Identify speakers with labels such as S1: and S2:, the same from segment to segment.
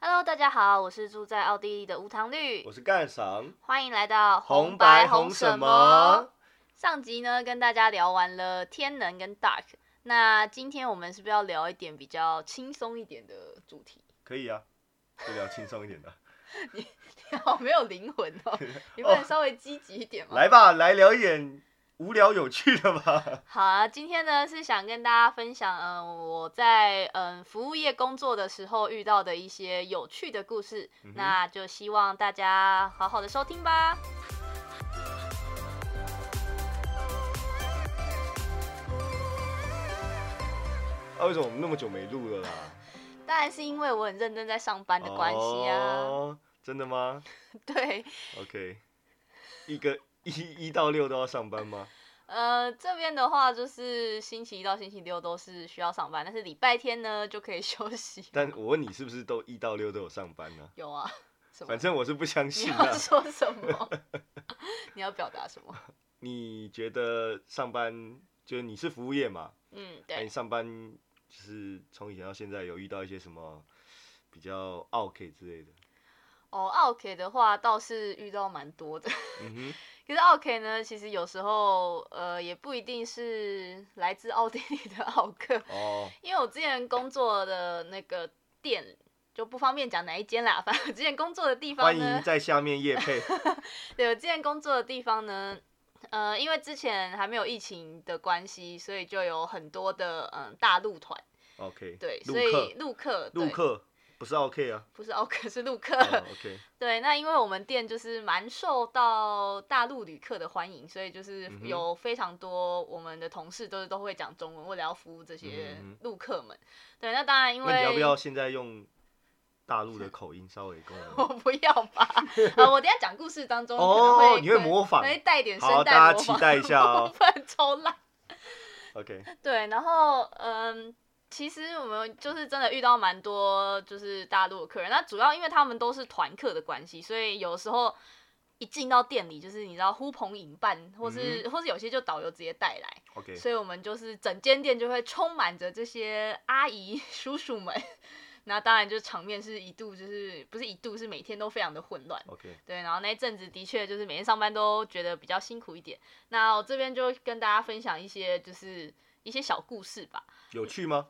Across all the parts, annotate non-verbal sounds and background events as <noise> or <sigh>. S1: Hello，大家好，我是住在奥地利的吴糖绿
S2: 我，是干赏
S1: 欢迎来到
S2: 红白红什么？？
S1: 上集呢跟大家聊完了天能跟 Dark，那今天我们是不是要聊一点比较轻松一点的主题？ <laughs>
S2: 可以啊，就聊轻松一点的，
S1: 好没有灵魂
S2: <laughs>
S1: 哦，你不能稍微积极一点吗？
S2: 来吧，来聊一点无聊有趣的吧。 <laughs>
S1: 好啊，今天呢是想跟大家分享，嗯、我在嗯、服务业工作的时候遇到的一些有趣的故事，
S2: 嗯哼
S1: 那就希望大家好好的收听吧。
S2: 啊，为什么我们那么久没录了啦？
S1: 当然是因为我很认真在上班的关系啊，
S2: 哦，真的吗
S1: <laughs> 对，
S2: ？OK，一个一一到六都要上班吗？
S1: 呃，这边的话就是星期一到星期六都是需要上班，但是礼拜天呢就可以 <laughs> 休息。
S2: 但我问你，是不是都一到六都有上班呢、
S1: 有啊，什么
S2: 反？正我是不相
S1: 你
S2: 信啊
S1: 要
S2: 的。
S1: 说什么？ <laughs> 你要表达什么？
S2: 你觉得上班就是你是服务业嘛？
S1: 嗯，
S2: 那、你
S1: 对，
S2: 哎上班就是从以前到现在有遇到一些什么比较 OK 之类的？
S1: 哦，OK 的话倒是遇到蛮多的， <laughs>
S2: 嗯哼。
S1: 可是 OK 呢，其实有时候呃也不一定是来自奥地利的奥克，
S2: 哦，
S1: 因为我之前工作的那个店就不方便讲哪一间啦，反正我之前工作的地
S2: 欢
S1: 方呢
S2: 迎，在下面夜
S1: <laughs>
S2: 配。
S1: 对我之前工作的地方呢，呃，因为之前还没有疫情的关系，所以就有很多的嗯大陆团，
S2: OK，
S1: 对，
S2: 陆
S1: 所以
S2: 客，
S1: 陆客，对
S2: 陆客不是
S1: <laughs>
S2: OK 啊、
S1: 不是奥克是陆客，
S2: 哦、，OK，
S1: 对，那因为我们店就是蛮受到大陆旅客的欢迎，所以就是
S2: 嗯哼
S1: 有非常多我们的同事都是都会讲中文，为了要服务这些
S2: 嗯哼
S1: 陆客们。对，那当然因为
S2: 那你要不要现在用大陆的口音稍微跟我
S1: 我 <laughs>
S2: 们？
S1: 不要吧？啊，我等一下讲故事当中可能
S2: 哦
S1: 会
S2: 你会模仿
S1: 会带点
S2: 好
S1: 声带模
S2: 大
S1: 仿，
S2: 家期待一下
S1: <laughs>
S2: 哦
S1: 不然超烂。
S2: OK，
S1: 对，然后嗯，其实我们就是真的遇到蛮多就是大陆的客人，那主要因为他们都是团客的关系，所以有时候一进到店里，就是你知道呼朋引伴，或是、嗯或是有些就导游直接带来，
S2: OK，
S1: 所以我们就是整间店就会充满着这些阿姨叔叔们。 <laughs> 那当然，就场面是一度就是不是一度是每天都非常的混乱，
S2: OK，
S1: 对，然后那一阵子的确就是每天上班都觉得比较辛苦一点。那我这边就跟大家分享一些就是一些小故事吧，
S2: 有趣吗？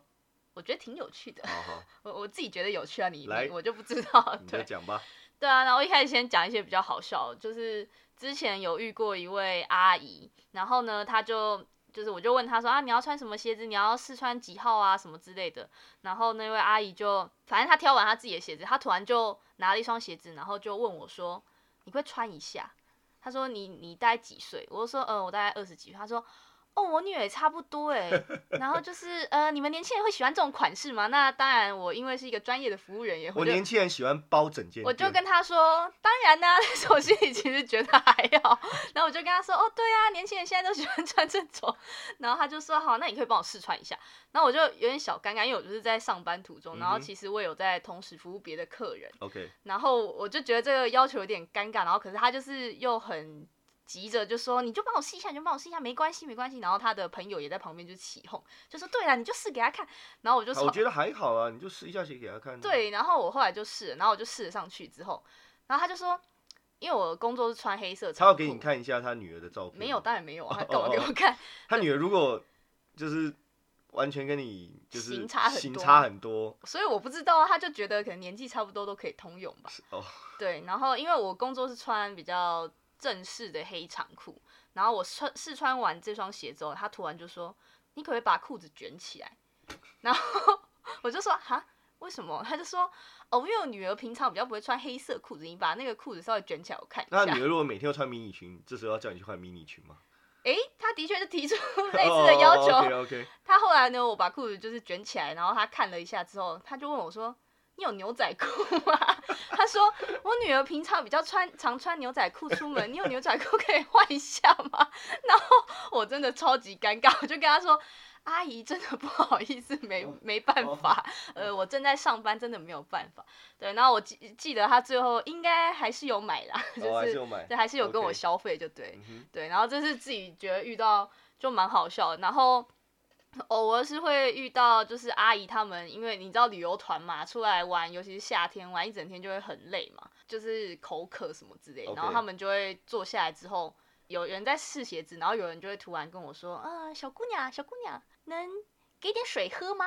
S1: 我觉得挺有趣的。 <laughs>
S2: 好好，
S1: 我我自己觉得有趣啊，你
S2: 来
S1: 你我就不知道。
S2: 你再
S1: 对
S2: 讲吧。
S1: 对啊，然后一开始先讲一些比较好笑的，就是之前有遇过一位阿姨，然后呢，她就。就是我就问她说啊，你要穿什么鞋子？你要试穿几号啊，什么之类的。然后那位阿姨就，反正她挑完她自己的鞋子，她突然就拿了一双鞋子，然后就问我说：“你会穿一下？”她说你：“你大概几岁？”我就说：“嗯、我大概二十几岁。”她说：“哦，我女儿也差不多哎。”然后就是呃，你们年轻人会喜欢这种款式吗？那当然，我因为是一个专业的服务人员，
S2: 我
S1: 就
S2: 年轻人喜欢包整间店，
S1: 我就跟他说，当然啦、但是我心里其实觉得还好。然后我就跟他说，哦，对啊，年轻人现在都喜欢穿这种。然后他就说，好，那你可以帮我试穿一下。然后我就有点小尴尬，因为我就是在上班途中，然后
S2: 嗯哼
S1: 其实我有在同时服务别的客人，
S2: OK，
S1: 然后我就觉得这个要求有点尴尬。然后可是他就是又很急着就说，你就帮我试一下，你就帮我试一下，没关系，没关系。然后他的朋友也在旁边就起哄，就说，对啦，你就试给他看。然后我就
S2: 好
S1: 超
S2: 我觉得还好啊，你就试一下鞋给他看。，
S1: 对，然后我后来就试了，然后我就试了上去之后，然后他就说，因为我的工作是穿黑色
S2: 他
S1: 长裤，
S2: 要给你，看哦一下他女儿的照片。
S1: 没有，，当然没有啊，他干嘛给我看？ <laughs>
S2: 他女儿如果就是完全跟你就是
S1: 行差很多
S2: 行差很多
S1: 所以我不知道啊，他就觉得可能年纪差不多都可以通用吧。
S2: 哦，
S1: 对，然后因为我工作是穿比较正式的黑长裤，然后我穿试穿完这双鞋之后，他突然就说，你可不可以把裤子卷起来？ <laughs> 然后我就说，哈。为什么？他就说哦，因为我女儿平常比较不会穿黑色裤子，你把那个裤子稍微卷起来，我看一
S2: 那
S1: 下。
S2: 女儿如果每天都穿迷你裙，这时候要叫你去换迷你裙吗？
S1: 诶，他的确是提出 <laughs> 类似的要求。
S2: 哦 OK OK，
S1: <laughs> 他后来呢，我把裤子就是卷起来，然后他看了一下之后，他就问我说：“你有牛仔裤吗？” <laughs> 他说：“我女儿平常比较穿常穿牛仔裤出门，你有牛仔裤可以换一下吗？” <laughs> 然后我真的超级尴尬，我就跟他说。阿姨，真的不好意思，没
S2: 哦
S1: 没办法，呃，我正在上班，真的没有办法。对，然后我记记得他最后应该还是有买啦， <laughs> 就
S2: 我哦还是
S1: 是、
S2: 有买。
S1: 对，还是有跟我
S2: OK
S1: 消费，就对。
S2: 嗯哼
S1: 对，然后这是自己觉得遇到就蛮好笑的，然后偶尔是会遇到，就是阿姨她们，因为你知道旅游团嘛，出来玩，尤其是夏天玩一整天就会很累嘛，就是口渴什么之类的
S2: OK
S1: 然后他们就会坐下来之后，有人在试鞋子，然后有人就会突然跟我说：“啊、小姑娘，小姑娘，能给点水喝吗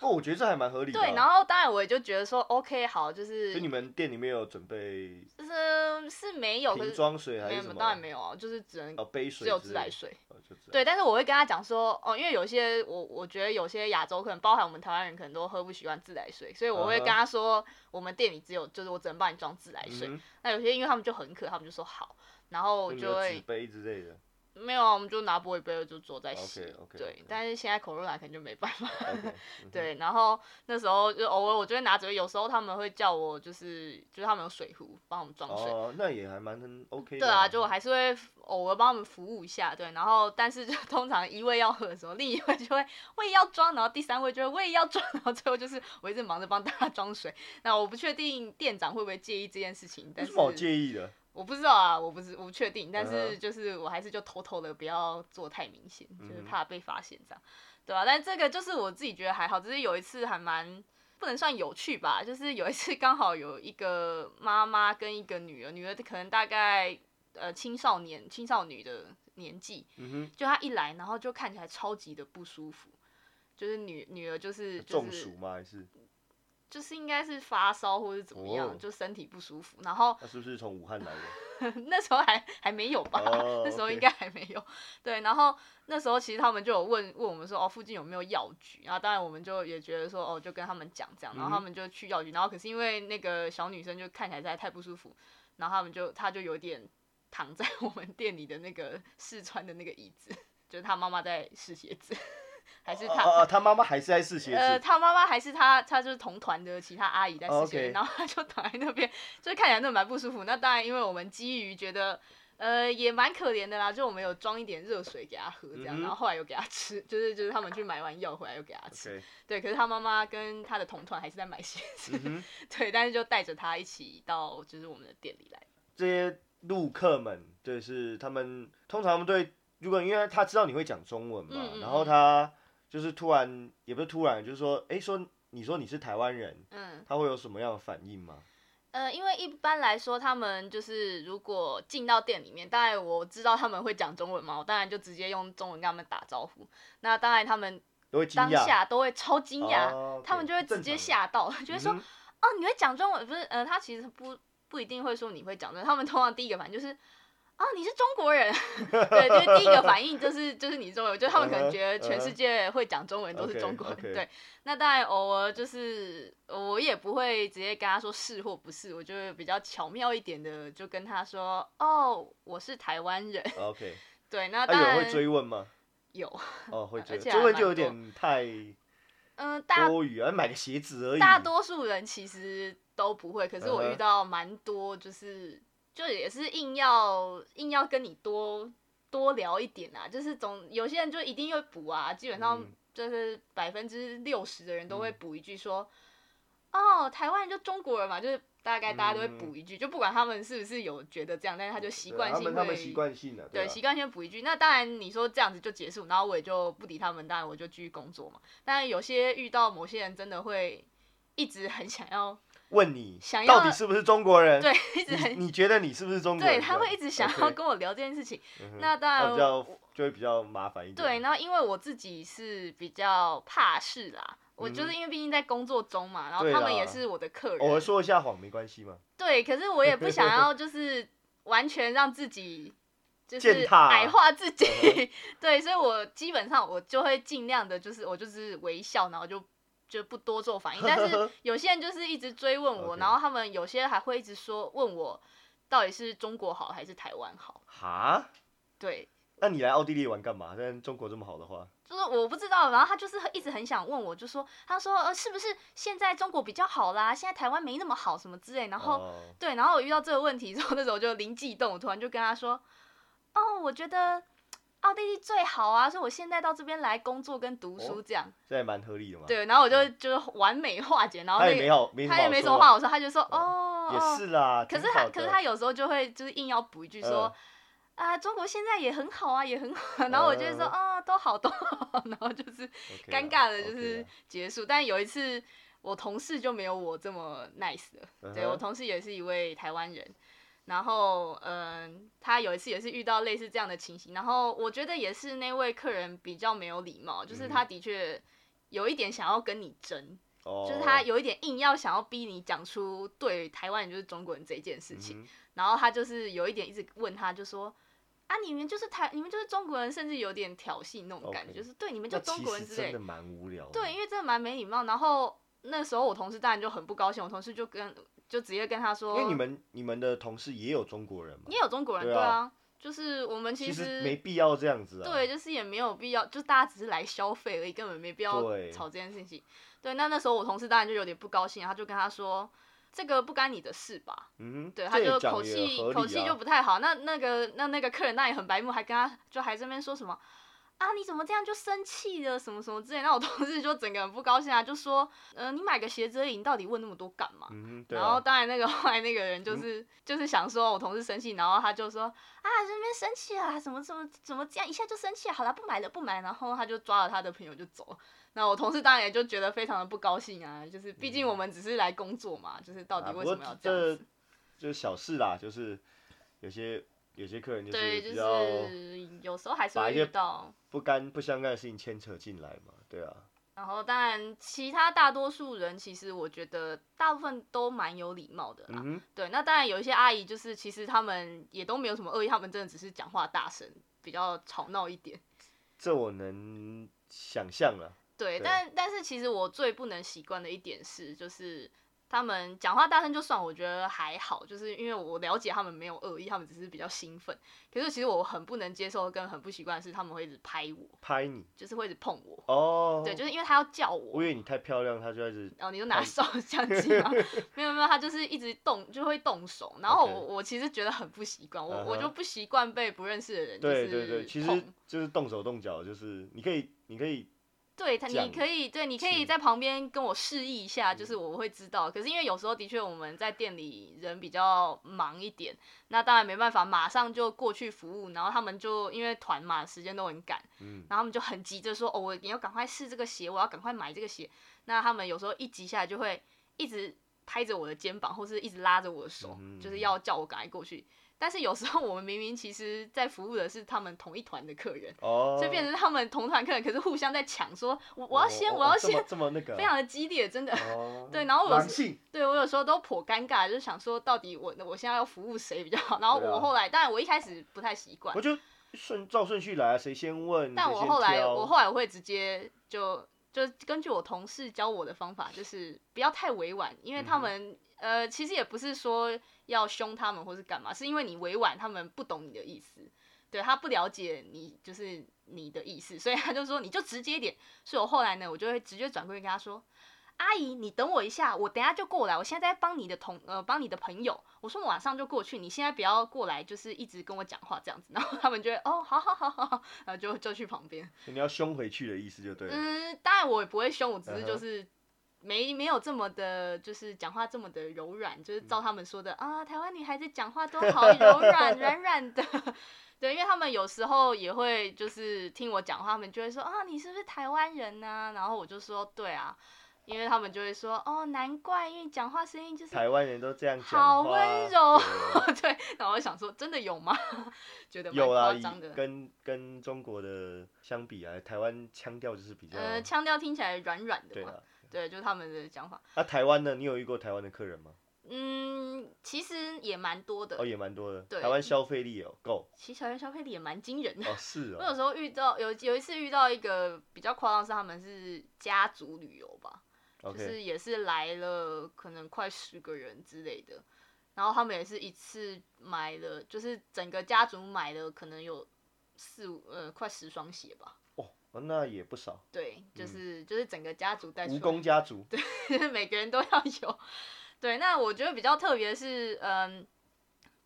S2: 哦，我觉得这还蛮合？”理的啊、
S1: 对，然后当然我也就觉得说，OK，好，就是
S2: 所以你们店里面有准备
S1: 就是是没哦有，可
S2: 瓶
S1: 是
S2: 装水还
S1: 没
S2: 是
S1: 有
S2: 什么？
S1: 当然没有啊，就是只能
S2: 哦，杯水
S1: 只有自
S2: 之类
S1: 来
S2: 的，
S1: 水。
S2: 哦就自来
S1: 对，但是我会跟他讲说，哦，因为有些我我觉得有些亚洲可能包含我们台湾人可能都喝不习惯自来水，所以我会
S2: 嗯
S1: 跟他说我们店里只有就是我只能帮你装自来水。
S2: 嗯哼
S1: 那有些因为他们就很渴，他们就说好，然后我
S2: 你们
S1: 就
S2: 有
S1: 会
S2: 纸杯之
S1: <laughs>
S2: 类的。
S1: 没有啊，我们就拿玻璃杯就坐在洗。
S2: OK，OK，OK
S1: 对，但是现在口若奶可能就没办法。
S2: OK，嗯
S1: 对，然后那时候就偶尔我就会拿着，有时候他们会叫我就是就是他们有水壶帮我们装水，
S2: 哦，那也还蛮 OK 的。
S1: 对啊，就我还是会偶尔帮他们服务一下，对。然后，但是就 <laughs> 通常一位要喝的时候，另一位就会我也要装，然后第三位就会我也要装，然后最后就是我一直忙着帮大家装水。那我不确定店长会不会介意这件事情，
S2: 有
S1: 但
S2: 什
S1: 是
S2: 么好介意的？
S1: 我不知道啊，我不是我不确定，但
S2: 嗯
S1: 是
S2: 哼
S1: 就是我还是就偷偷的不要做太明显，就是
S2: 嗯哼
S1: 怕被发现这样，对吧、但这个就是我自己觉得还好，只是有一次还蛮。不能算有趣吧，就是有一次刚好有一个妈妈跟一个女儿，女儿可能大概呃青少年青少女的年纪，
S2: 嗯
S1: 就她一来，然后就看起来超级的不舒服，就是女女儿就是
S2: 哼，
S1: 就
S2: 中
S1: 是
S2: 暑吗？还是
S1: 就是应该是发烧或者怎么样，
S2: 哦
S1: 就身体不舒服，然后 <laughs>
S2: 那是不是从武汉来的？
S1: 那时候还还没有吧
S2: 哦
S1: <laughs> 那时候
S2: OK
S1: 应该还没有。对，然后那时候其实他们就有问问我们说，哦，附近有没有药局？然后当然我们就也觉得说，哦，就跟他们讲这样，然后他
S2: 嗯
S1: 们就去药局，然后可是因为那个小女生就看起来实在太不舒服，然后他们就她就有点躺在我们店里的那个试穿的那个椅子， <laughs> 就是她妈妈在试鞋子， <laughs> 还是她。
S2: 哦哦，他妈妈还是在试鞋
S1: 呃，
S2: 子。
S1: 她妈妈还是她，她就是同团的其他阿姨在试鞋
S2: 哦 OK
S1: 然后她就躺在那边，就看起来那蛮不舒服。那当然，因为我们基于觉得。呃，也蛮可怜的啦，就我们有装一点热水给她喝，这样，
S2: 嗯哼
S1: 然后后来有给她吃，就是就是他们去买完药回来又给她吃
S2: OK，
S1: 对。可是她妈妈跟她的同团还是在买鞋子，
S2: 嗯哼，
S1: <laughs> 对，但是就带着她一起到就是我们的店里来，
S2: 这些路客们就是他们通常他们对，如果因为他知道你会讲中文嘛
S1: 嗯，嗯
S2: 然
S1: 嗯
S2: 后他就是突然也不是突然，就是说，哎，说你说你是台湾人，
S1: 嗯，
S2: 他会有什么样的反应吗？
S1: 呃，因为一般来说，他们就是如果进到店里面，当然我知道他们会讲中文嘛，我当然就直接用中文跟他们打招呼。那当然，他们
S2: 都会惊
S1: 当
S2: 讶，
S1: 下都会超惊讶，
S2: 哦，OK，
S1: 他们就会直
S2: 正
S1: 接
S2: 常的，
S1: 吓到， <laughs> 觉得说、
S2: 嗯哼
S1: 哦，你会讲中文？不是，呃，他其实不不一定会说你会讲中文，他们通常第一个反应就是。哦，你是中国人， <laughs> 对，就是第一个反应就是就是你中国人，就是他们可能觉得全世界会讲中文都是中国人
S2: OK，OK
S1: 对。那当然偶尔就是我也不会直接跟他说是或不是，我就会比较巧妙一点的就跟他说，哦，我是台湾人， <laughs>
S2: OK，
S1: 对。那
S2: 那
S1: 啊当
S2: 有
S1: 然
S2: 人哎会追问吗？
S1: 有 <laughs>
S2: 哦，会追
S1: 而且
S2: 追
S1: 还
S2: 问
S1: 蛮
S2: 就
S1: 多
S2: 有点太
S1: 嗯、大
S2: 多余啊，买个鞋子而已。
S1: 大多数人其实都不会，可是我
S2: 嗯哼
S1: 遇到蛮多，就是、就也是硬要硬要跟你多多聊一点啊，就是总有些人就一定会补啊，基本上
S2: 嗯
S1: 就是百分之六十的人都会
S2: 嗯
S1: 补一句说，哦，台湾人就中国人嘛，就是大概大家都会补一句，就不管他们是不是有觉得这样，但是他就习
S2: 嗯对啊
S1: 惯
S2: 他
S1: 性
S2: 们他们习
S1: 会。
S2: 惯性的、啊
S1: 对，
S2: 吧
S1: 习惯性补一句。那当然，你说这样子就结束，然后我也就不理他们，当然我就继续工作嘛。但有些遇到某些人真的会一直很想要，
S2: 问你
S1: 想要
S2: 到底是不是中国人？
S1: 对，一直很
S2: 你你觉得你是不是中国人？
S1: 对，他会一直想要
S2: 嗯 OK
S1: 跟我聊这件事情。
S2: 嗯哼
S1: 那当然
S2: 比较嗯就会比较麻烦一点。
S1: 对，然后因为我自己是比较怕事啦，我就是
S2: 嗯
S1: 因为毕竟在工作中嘛，然后
S2: 对
S1: 他们
S2: 啦
S1: 也是我的客
S2: 偶尔
S1: 人，
S2: 说一下谎没关系嘛。
S1: 对，可是我也不想
S2: <laughs>
S1: 要就是完全让自己。就是
S2: 践踏
S1: 矮化自己
S2: 嗯，
S1: <laughs> 对，所以我基本上我就会尽量的，就是我就是微笑，然后就就不多做反应。但是
S2: <laughs>
S1: 有些人就是一直追问我，
S2: OK
S1: 然后他们有些还会一直说问我到底是中国好还是台湾好，
S2: 哈，
S1: 对，
S2: 那你来奥地利玩干嘛？但中国这么好的话，
S1: 就是我不知道，然后他就是一直很想问我，就说他说呃是不是现在中国比较好啦，现在台湾没那么好什么之类，然后、
S2: 哦
S1: 对，然后我遇到这个问题之后，那时候就灵机一动，我突然就跟他说，哦，我觉得奥地利最好啊，所以我现在到这边来工作跟读书
S2: 哦
S1: 这样，
S2: 这也蛮合理的嘛。，
S1: 对，然后我就就是完美化解，然后
S2: 他
S1: 那
S2: 也没
S1: 个
S2: 好，没
S1: 他也没什么
S2: 好
S1: 话，我说他就说哦，
S2: 说，
S1: 哦
S2: 嗯也是啦。
S1: 可是
S2: 挺
S1: 他
S2: 好
S1: 可是
S2: 的嗯
S1: 他有时候就会就是硬要补一句说。啊，中国现在也很好啊，也很好啊。然后我就会说，啊、都好，都好。然后就是
S2: 嗯 OK 啦
S1: 尴尬的就
S2: 啊 OK
S1: 是
S2: 啦
S1: 结束。但有一次，我同事就没有我这么 nice 的。对
S2: 嗯哼
S1: 我同事也是一位台湾人，然后嗯，他有一次也是遇到类似这样的情形，然后我觉得也是那位客人比较没有礼貌，就是
S2: 嗯
S1: 他的确有一点想要跟你争，
S2: 哦
S1: 就是他有一点硬要想要逼你讲出对台湾人就是中国人这一件事情。
S2: 嗯哼
S1: 然后他就是有一点一直问他，就说啊，你们就是台，你们就是中国人，甚至有点挑衅那种感觉
S2: OK
S1: 就是对你们就
S2: 那
S1: 中
S2: 其
S1: 国人
S2: 实
S1: 之类
S2: 真的。蛮无聊的。
S1: 对，因为真的蛮没礼貌。然后那时候我同事当然就很不高兴，我同事就跟就直接跟他说，
S2: 因为你们你们的同事也有中国人嘛
S1: 你，也有中国人，
S2: 对
S1: 对
S2: 啊
S1: 啊，就是我们
S2: 其
S1: 实
S2: 没必要这样子啊。
S1: 对，就是也没有必要，就大家只是来消费而已，根本没必要
S2: 对
S1: 吵这件事情。对，那那时候我同事当然就有点不高兴，他就跟他说。这个不干你的事吧，
S2: 嗯哼，
S1: 对，
S2: 这
S1: 他就
S2: 也讲
S1: 口
S2: 也
S1: 气、
S2: 合理
S1: 口气
S2: 啊
S1: 就不太好。那那个那那个客人那也很白目，还跟他就还这边说什么啊，你怎么这样就生气了，什么什么之类。那我同事就整个很不高兴啊，就说，呃，你买个鞋子而已，你到底问那么多干嘛？
S2: 嗯哼，对
S1: 然后
S2: 啊，嗯
S1: 当然那个 <laughs> 后来那个人就是、就是想说我同事生气，然后他就说啊这边生气啊，怎么怎么怎么这样一下就生气啊，好啦不买了不买了，然后他就抓了他的朋友就走了。那我同事当然也就觉得非常的不高兴啊，就是毕竟我们只是来工作嘛，就是到底
S2: 嗯
S1: 为
S2: 啊不过
S1: 什么要这样
S2: 这
S1: 子？
S2: 就是小事啦，就是有些有些客人就
S1: 对，就
S2: 是比较
S1: 是有时候还是
S2: 把
S1: 会
S2: 一些
S1: 遇到。
S2: 不干不相干的事情牵扯进来嘛，对啊，
S1: 然后，当然，其他大多数人其实我觉得大部分都蛮有礼貌的啦。
S2: 嗯哼，
S1: 对，啊那当然有一些阿姨，就是其实他们也都没有什么恶意，他们真的只是讲话大声，比较吵闹一点。
S2: 这我能想象了。
S1: 对，
S2: 对
S1: 但但是其实我最不能习惯的一点是，就是他们讲话大声就算，我觉得还好，就是因为我了解他们没有恶意，他们只是比较兴奋。可是其实我很不能接受跟很不习惯的是，他们会一直拍我，
S2: 拍你
S1: 就是会一直碰我。
S2: 哦，
S1: 对，就是因为他要叫我
S2: 我以，哦为你太漂亮，他就一直
S1: 然后你就拿手相机嘛， <laughs> 没有没有，他就是一直动，就会动手。然后我
S2: OK
S1: 我其实觉得很不习惯，我、我
S2: 嗯哼
S1: 就不习惯被不认识的人就
S2: 对
S1: 是
S2: 对对，其实
S1: 碰
S2: 就是动手动脚，就是你可以你可以
S1: 对他，
S2: 讲
S1: 你可以对，你可
S2: 是嗯
S1: 以在旁边跟我示意一下，就是我会知道。可是因为有时候的确我们在店里人比较忙一点，那当然没办法马上就过去服务，然后他们就因为团嘛时间都很赶，
S2: 嗯
S1: 然后他们就很急着说哦，我你要赶快试这个鞋，我要赶快买这个鞋。那他们有时候一急下来就会一直拍着我的肩膀，或是一直拉着我的手，
S2: 嗯哼
S1: 就是要叫我赶快过去。但是有时候我们明明其实在服务的是他们同一团的客人。
S2: 哦，
S1: 所以变成他们同团客人，可是互相在抢，说我我要先，
S2: 哦
S1: 我要
S2: 哦这么
S1: 先，
S2: 这么那个啊，
S1: 非常的激烈，真的。
S2: 哦
S1: 对然后我
S2: 狼
S1: 是
S2: 性
S1: 对我有时候都颇尴尬，就是想说到底我我现在要服务谁比较好。然后
S2: 对啊
S1: 我后来，当然我一开始不太习惯
S2: 我，就顺照顺序来啊，谁先问？
S1: 但
S2: 谁
S1: 我
S2: 先
S1: 后来
S2: 挑
S1: 我后来我会直接就就根据我同事教我的方法，就是不要太委婉，因为他们、呃其实也不是说要凶他们或是干嘛，是因为你委婉，他们不懂你的意思，对他不了解你就是你的意思，所以他就说你就直接一点。所以我后来呢，我就会直接转过去跟他说。阿姨，你等我一下，我等下就过来。我现在在帮你的同呃，帮你的朋友。我说我马上就过去，你现在不要过来，就是一直跟我讲话这样子。 <laughs> 然后他们就会哦，好好好好好，然后就就去旁边。
S2: 所以你要凶回去的意思就对了。
S1: 嗯，当然我也不会凶，我只
S2: 嗯
S1: 是
S2: 哼
S1: 就是没没有这么的，就是讲话这么的柔软，就是
S2: 嗯
S1: 照他们说的、啊，台湾女孩子讲话都好柔
S2: <laughs>
S1: 软软软的。对，因为他们有时候也会就是听我讲话，他们就会说啊，你是不是台湾人呢、然后我就说对啊，因为他们就会说哦，难怪，因为你讲话声音就是
S2: 台湾人都这样讲
S1: 好
S2: 话
S1: 温柔
S2: 对
S1: <laughs> 对。然后我就想说，真的有吗？ <laughs> 觉得蛮
S2: 有啦，
S1: 夸
S2: 以
S1: 张的。
S2: 跟跟中国的相比啊，台湾腔调就是比较、
S1: 呃，腔调听起来软软的
S2: 嗯对
S1: 嘛，
S2: 啊。
S1: 对，就是他们的讲法。
S2: 那、台湾呢？你有遇过台湾的客人吗？
S1: 嗯，其实也蛮多的，
S2: 哦，也蛮多的。
S1: 对
S2: 台湾消费力有够
S1: 其实台湾消费力也蛮惊人的。
S2: 哦，是
S1: 我有
S2: 哦，
S1: 时候遇到有有一次遇到一个比较夸张，是他们是家族旅游吧
S2: OK
S1: 就是也是来了可能快十个人之类的，然后他们也是一次买了，就是整个家族买了可能有四五呃快十双鞋吧，
S2: 哦，哦那也不少。
S1: 对，
S2: 嗯
S1: 就是、就是整个家族带出
S2: 蜈
S1: 来。
S2: 蚣家族，
S1: 每个人都要有。对，那我觉得比较特别是，嗯，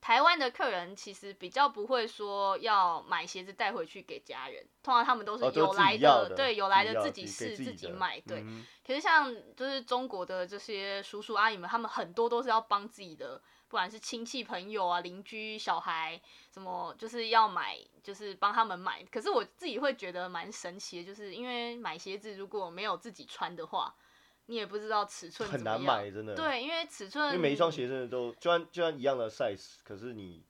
S1: 台湾的客人其实比较不会说要买鞋子带回去给家人，通常他们都是
S2: 哦都
S1: 有
S2: 自己
S1: 来
S2: 要的
S1: 对，有
S2: 自
S1: 来
S2: 己
S1: 的
S2: 要
S1: 自
S2: 自
S1: 己
S2: 己
S1: 试
S2: 给自己的
S1: 买，对。
S2: 嗯
S1: 可是像就是中国的这些叔叔阿姨们，他们很多都是要帮自己的，不管是亲戚朋友啊、邻居、小孩，什么就是要买，就是帮他们买。可是我自己会觉得蛮神奇的，就是因为买鞋子如果没有自己穿的话，你也不知道尺寸
S2: 很
S1: 怎么
S2: 难
S1: 样
S2: 买，真的。，
S1: 对，因为尺寸
S2: 因为每一双鞋真的都，就算就算一样的 size，可是你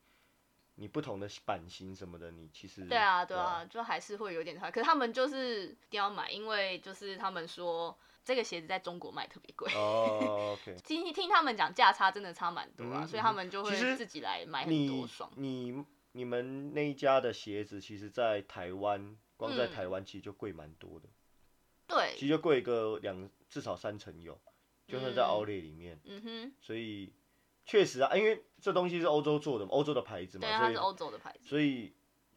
S2: 你不同的版型什么的，你其实
S1: 对啊，对啊，就还是会有点差。可是他们就是一定要买，因为就是他们说这个鞋子在中国卖特别贵。
S2: 哦，OK。
S1: 听听他们讲价差真的差蛮多啊，
S2: 嗯
S1: 所以他们就
S2: 其
S1: 会
S2: 实
S1: 自己来 <laughs> 买很多
S2: 你
S1: 双。
S2: 你你们那一家的鞋子，其实，在台湾光在
S1: 嗯
S2: 台湾其实就贵蛮多的，其
S1: 对，
S2: 实就贵个两至少三成有，就算在
S1: 嗯
S2: Outlet 里面，
S1: 嗯哼，
S2: 所以确实啊，因为这东西是欧洲做的嘛，欧洲的牌子嘛
S1: 对，，啊它是
S2: 所
S1: 欧洲的牌
S2: 以
S1: 子，
S2: 所以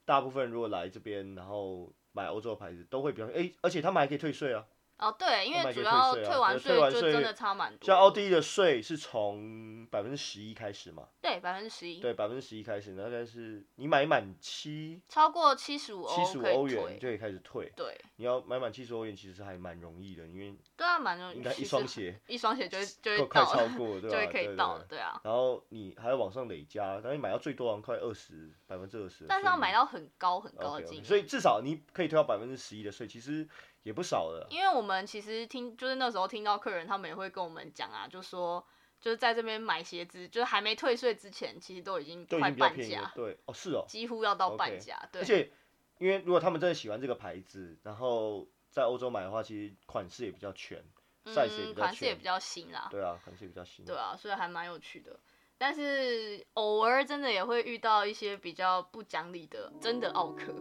S2: 大部分如果来这边，然后买欧洲的牌子，都会比较哎、而且他们还可以退税啊，
S1: 哦对，因
S2: 我
S1: 为
S2: 买
S1: 主
S2: 可以
S1: 要
S2: 退税啊
S1: 退完
S2: 对退完
S1: 就
S2: 税
S1: 真的差蛮多的。
S2: 像奥地利的税是从百分之十一开始嘛，
S1: 对百分之十一，
S2: 对，百分之十一开始，大概是你买满七
S1: 超过七十五欧
S2: 七十五
S1: 可以
S2: 欧
S1: 哦退
S2: 元就可以开始退。
S1: 对
S2: 你要买满七十欧元，其实还蛮容易的，因为
S1: 对啊，蛮容易
S2: 应该，
S1: 其
S2: 一
S1: 实
S2: 双鞋
S1: 一双鞋就会 <laughs> 就
S2: 够
S1: 会
S2: 快
S1: 到 <laughs>
S2: 超
S1: 了，
S2: 过，对
S1: 就
S2: 吧？
S1: 会
S2: 对
S1: 可以
S2: 对
S1: 到了，
S2: 对
S1: 对啊。
S2: 然后你还要往上累加，但是买到最多好像快二十百分之二十，
S1: 但是要买到很高很高
S2: OK，,
S1: 的金额，
S2: 所以至少你可以推到百分之十一的税，其实也不少了。
S1: 因为我们其实听，就是那时候听到客人他们也会跟我们讲啊，就说就是在这边买鞋子，就是还没退税之前，其实都已经
S2: 都已
S1: 快
S2: 经比较
S1: 半
S2: 便宜了
S1: 价，，
S2: 对，哦是哦，
S1: 几乎要到
S2: OK
S1: 半价。
S2: 而
S1: 对，
S2: 且因为如果他们真的喜欢这个牌子，然后在欧洲买的话，其实款式也比较全，size 也比
S1: 嗯，
S2: 较
S1: 款式也
S2: 全
S1: 比，较新啦，
S2: 对啊，款式也比较新，
S1: 对啊，所以还蛮有趣的。但是偶尔真的也会遇到一些比较不讲理的，真的奥客。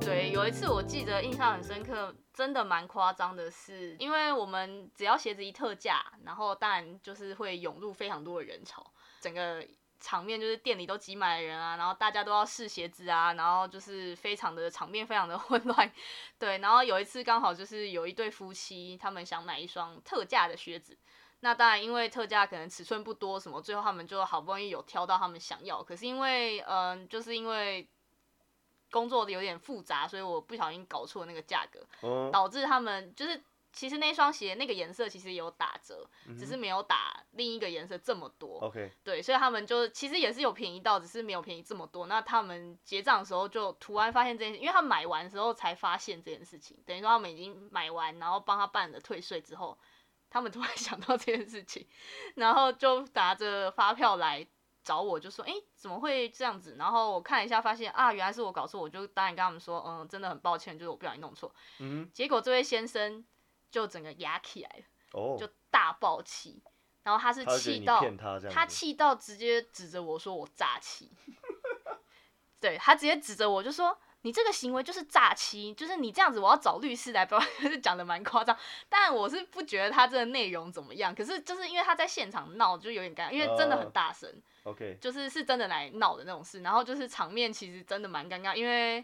S1: 对，有一次我记得印象很深刻，真的蛮夸张的是，因为我们只要鞋子一特价，然后当然就是会涌入非常多的人潮，整个场面就是店里都挤满了人啊，然后大家都要试鞋子啊，然后就是非常的场面非常的 <laughs> 混乱，对。然后有一次刚好就是有一对夫妻，他们想买一双特价的靴子。那当然，因为特价可能尺寸不多什么，最后他们就好不容易有挑到他们想要。可是因为，嗯，就是因为工作的有点复杂，所以我不小心搞错那个价格，
S2: 嗯，
S1: 导致他们就是其实那双鞋那个颜色其实也有打折，只是没有打另一个颜色这么多。
S2: 嗯 OK，
S1: 对，所以他们就其实也是有便宜到，只是没有便宜这么多。那他们结账的时候就突然发现这件事，因为他买完的时候才发现这件事情，等于说他们已经买完，然后帮他办了退税之后，他们突然 <laughs> 想到这件事情，然后就拿着发票来找我，就说：“诶，怎么会这样子？”然后我看一下，发现啊，原来是我搞错，我就当然跟他们说：“嗯，真的很抱歉，就是我不小心弄错。
S2: 嗯”，
S1: 结果这位先生就整个牙起来了，
S2: 哦，
S1: 就大爆气，然后他是
S2: 他就觉得
S1: 气
S2: 你
S1: 到。
S2: 骗他这样子，
S1: 他气到直接指着我说我诈欺， <laughs> 对他直接指着我就说你这个行为就是诈欺，就是你这样子我要找律师来，不然 <laughs> 就是讲的蛮夸张。但我是不觉得他这个内容怎么样，可是就是因为他在现场闹，就有点尴尬，因为真的
S2: 呃
S1: 很大声， <laughs>
S2: OK，
S1: 就是是真的来闹的那种事。然后就是场面其实真的蛮尴尬，因为。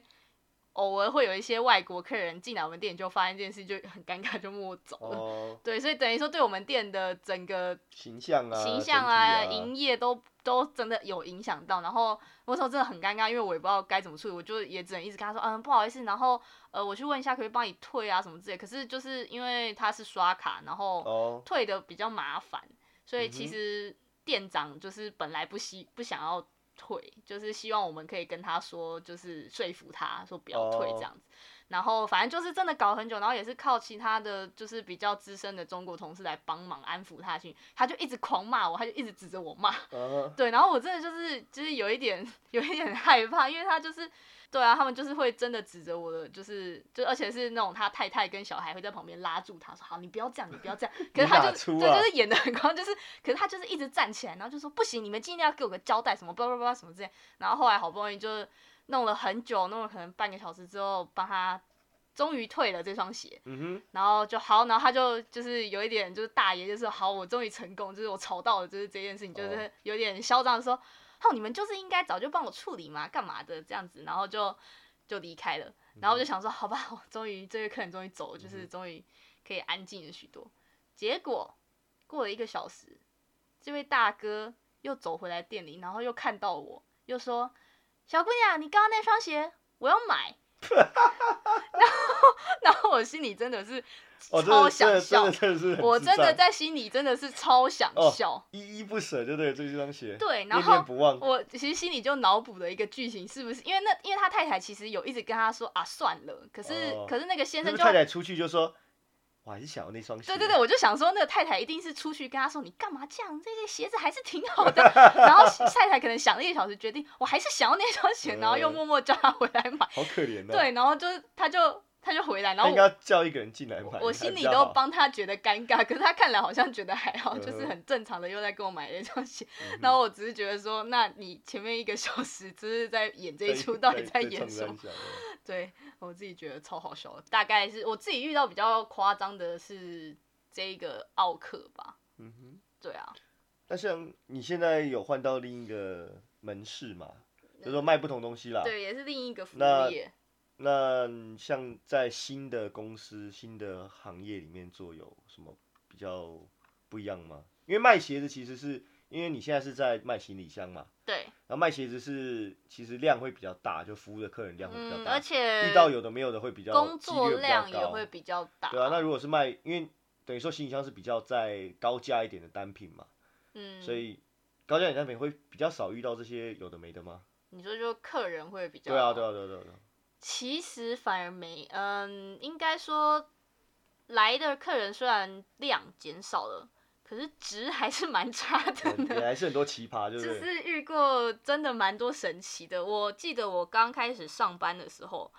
S1: 偶尔会有一些外国客人进来我们店，就发现这件事就很尴尬，就默走了。
S2: 哦，
S1: 对，所以等于说对我们店的整个
S2: 形象啊，
S1: 形
S2: 整
S1: 象
S2: 体
S1: 啊、
S2: 啊，
S1: 营业都都真的有影响到。然后我那时候真的很尴尬，因为我也不知道该怎么处理，我就也只能一直跟他说，嗯，不好意思，然后呃，我去问一下，可不可以帮你退啊什么之类。可是就是因为他是刷卡，然后
S2: 哦，
S1: 退的比较麻烦，所以其
S2: 嗯哼
S1: 实店长就是本来不希不想要退，就是希望我们可以跟他说，就是说服他说不要退
S2: 哦
S1: 这样子。然后反正就是真的搞很久，然后也是靠其他的就是比较资深的中国同事来帮忙安抚他情绪，他就一直狂骂我，他就一直指着我骂，
S2: 嗯
S1: 对，然后我真的就是就是有一点有一点害怕，因为他就是对啊，他们就是会真的指着我的，就是就而且是那种他太太跟小孩会在旁边拉住他说好，你不要这样，你不要这
S2: <laughs>
S1: 样。可是
S2: 你
S1: 他
S2: 哪
S1: 就
S2: 出
S1: 对，
S2: 啊
S1: 就是演的很狂，就是可是他就是一直站起来，然后就说不行，你们今天要给我个交代，什么叭叭叭什么之类。然后后来好不容易就弄了很久，弄了可能半个小时之后，帮他终于退了这双鞋。
S2: 嗯
S1: 然后就好，然后他就就是有一点就是大爷，就是好，我终于成功，就是我吵到了，就是这件事情，就是有点嚣张地说，哦，你们就是应该早就帮我处理嘛，干嘛的这样子，然后就就离开了，然后我就想说，好吧，我终于这位客人终于走了，就是终于可以安静了许多。结果过了一个小时，这位大哥又走回来店里，然后又看到我，又说：“小姑娘，你刚刚那双鞋我要买。”然后，然后我心里真的是
S2: 哦，真
S1: 超
S2: 的真
S1: 想
S2: 的
S1: 笑，
S2: 真的真的是很
S1: 我
S2: 智
S1: 真的
S2: 障
S1: 在心里真的是超想
S2: 哦
S1: 笑。
S2: 依依不舍，就对了这双鞋，
S1: 对，然
S2: 念
S1: 后
S2: 念不忘。
S1: 我其实心里就脑补了一个剧情，是不是？因为那因为他太太其实有一直跟他说啊，算了。可是、
S2: 哦
S1: 可是那个先
S2: 那
S1: 生
S2: 个
S1: 就
S2: 太太出去就说，我还是想要那双鞋。啊
S1: 对对对，我就想说那个太太一定是出去跟他说你干嘛这样，这些鞋子还是挺好
S2: <laughs>
S1: 的。然后太太可能想了一个小时，决定我还是想要那双
S2: <laughs>
S1: 鞋，然后又
S2: 嗯
S1: 默默叫他回来买。
S2: 好可怜呐、
S1: 对，然后就是他就他就回来，然
S2: 他
S1: 后
S2: 应该
S1: 我
S2: 要叫一个人进来买。
S1: 我
S2: 还
S1: 心
S2: 比
S1: 里
S2: 较
S1: 都
S2: 好，
S1: 帮他觉得尴尬，可是他看来好像觉得还好，就是
S2: 嗯
S1: 很正常的又在给我买了一双鞋。
S2: 嗯
S1: <laughs> 然后我只是觉得说，那你前面一个小时就是在演这一出，到底在演什么？？对我自己觉得超好笑的。大概是我自己遇到比较夸张的是这个奥克吧，
S2: 嗯哼。
S1: 对啊，
S2: 那像你现在有换到另一个门市嘛？就是说卖不同东西啦。
S1: 嗯对，也是另一个服
S2: 啊那
S1: 务业。
S2: 那像在新的公司、新的行业里面做，有什么比较不一样吗？因为卖鞋子其实是因为你现在是在卖行李箱嘛，
S1: 对，
S2: 然后卖鞋子是其实量会比较大，就服务的客人量会比较
S1: 嗯，
S2: 大，
S1: 而且
S2: 遇到有的没有的会比较
S1: 工
S2: 几
S1: 作
S2: 率比较
S1: 量也
S2: 高
S1: 会比较大。
S2: 对啊，那如果是卖，因为等于说行李箱是比较在高价一点的单品嘛，
S1: 嗯，
S2: 所以高价一点单品会比较少遇到这些有的没的吗？
S1: 你说就客人会比较
S2: 对啊，对啊，对啊，对啊对啊。
S1: 其实反而没，嗯，应该说来的客人虽然量减少了，可是值还是蛮差的 <laughs>
S2: 嗯也
S1: 呢。
S2: 还是很多奇葩，对
S1: 就
S2: 不对？
S1: 是遇过真的蛮多神奇的。我记得我刚开始上班的时候，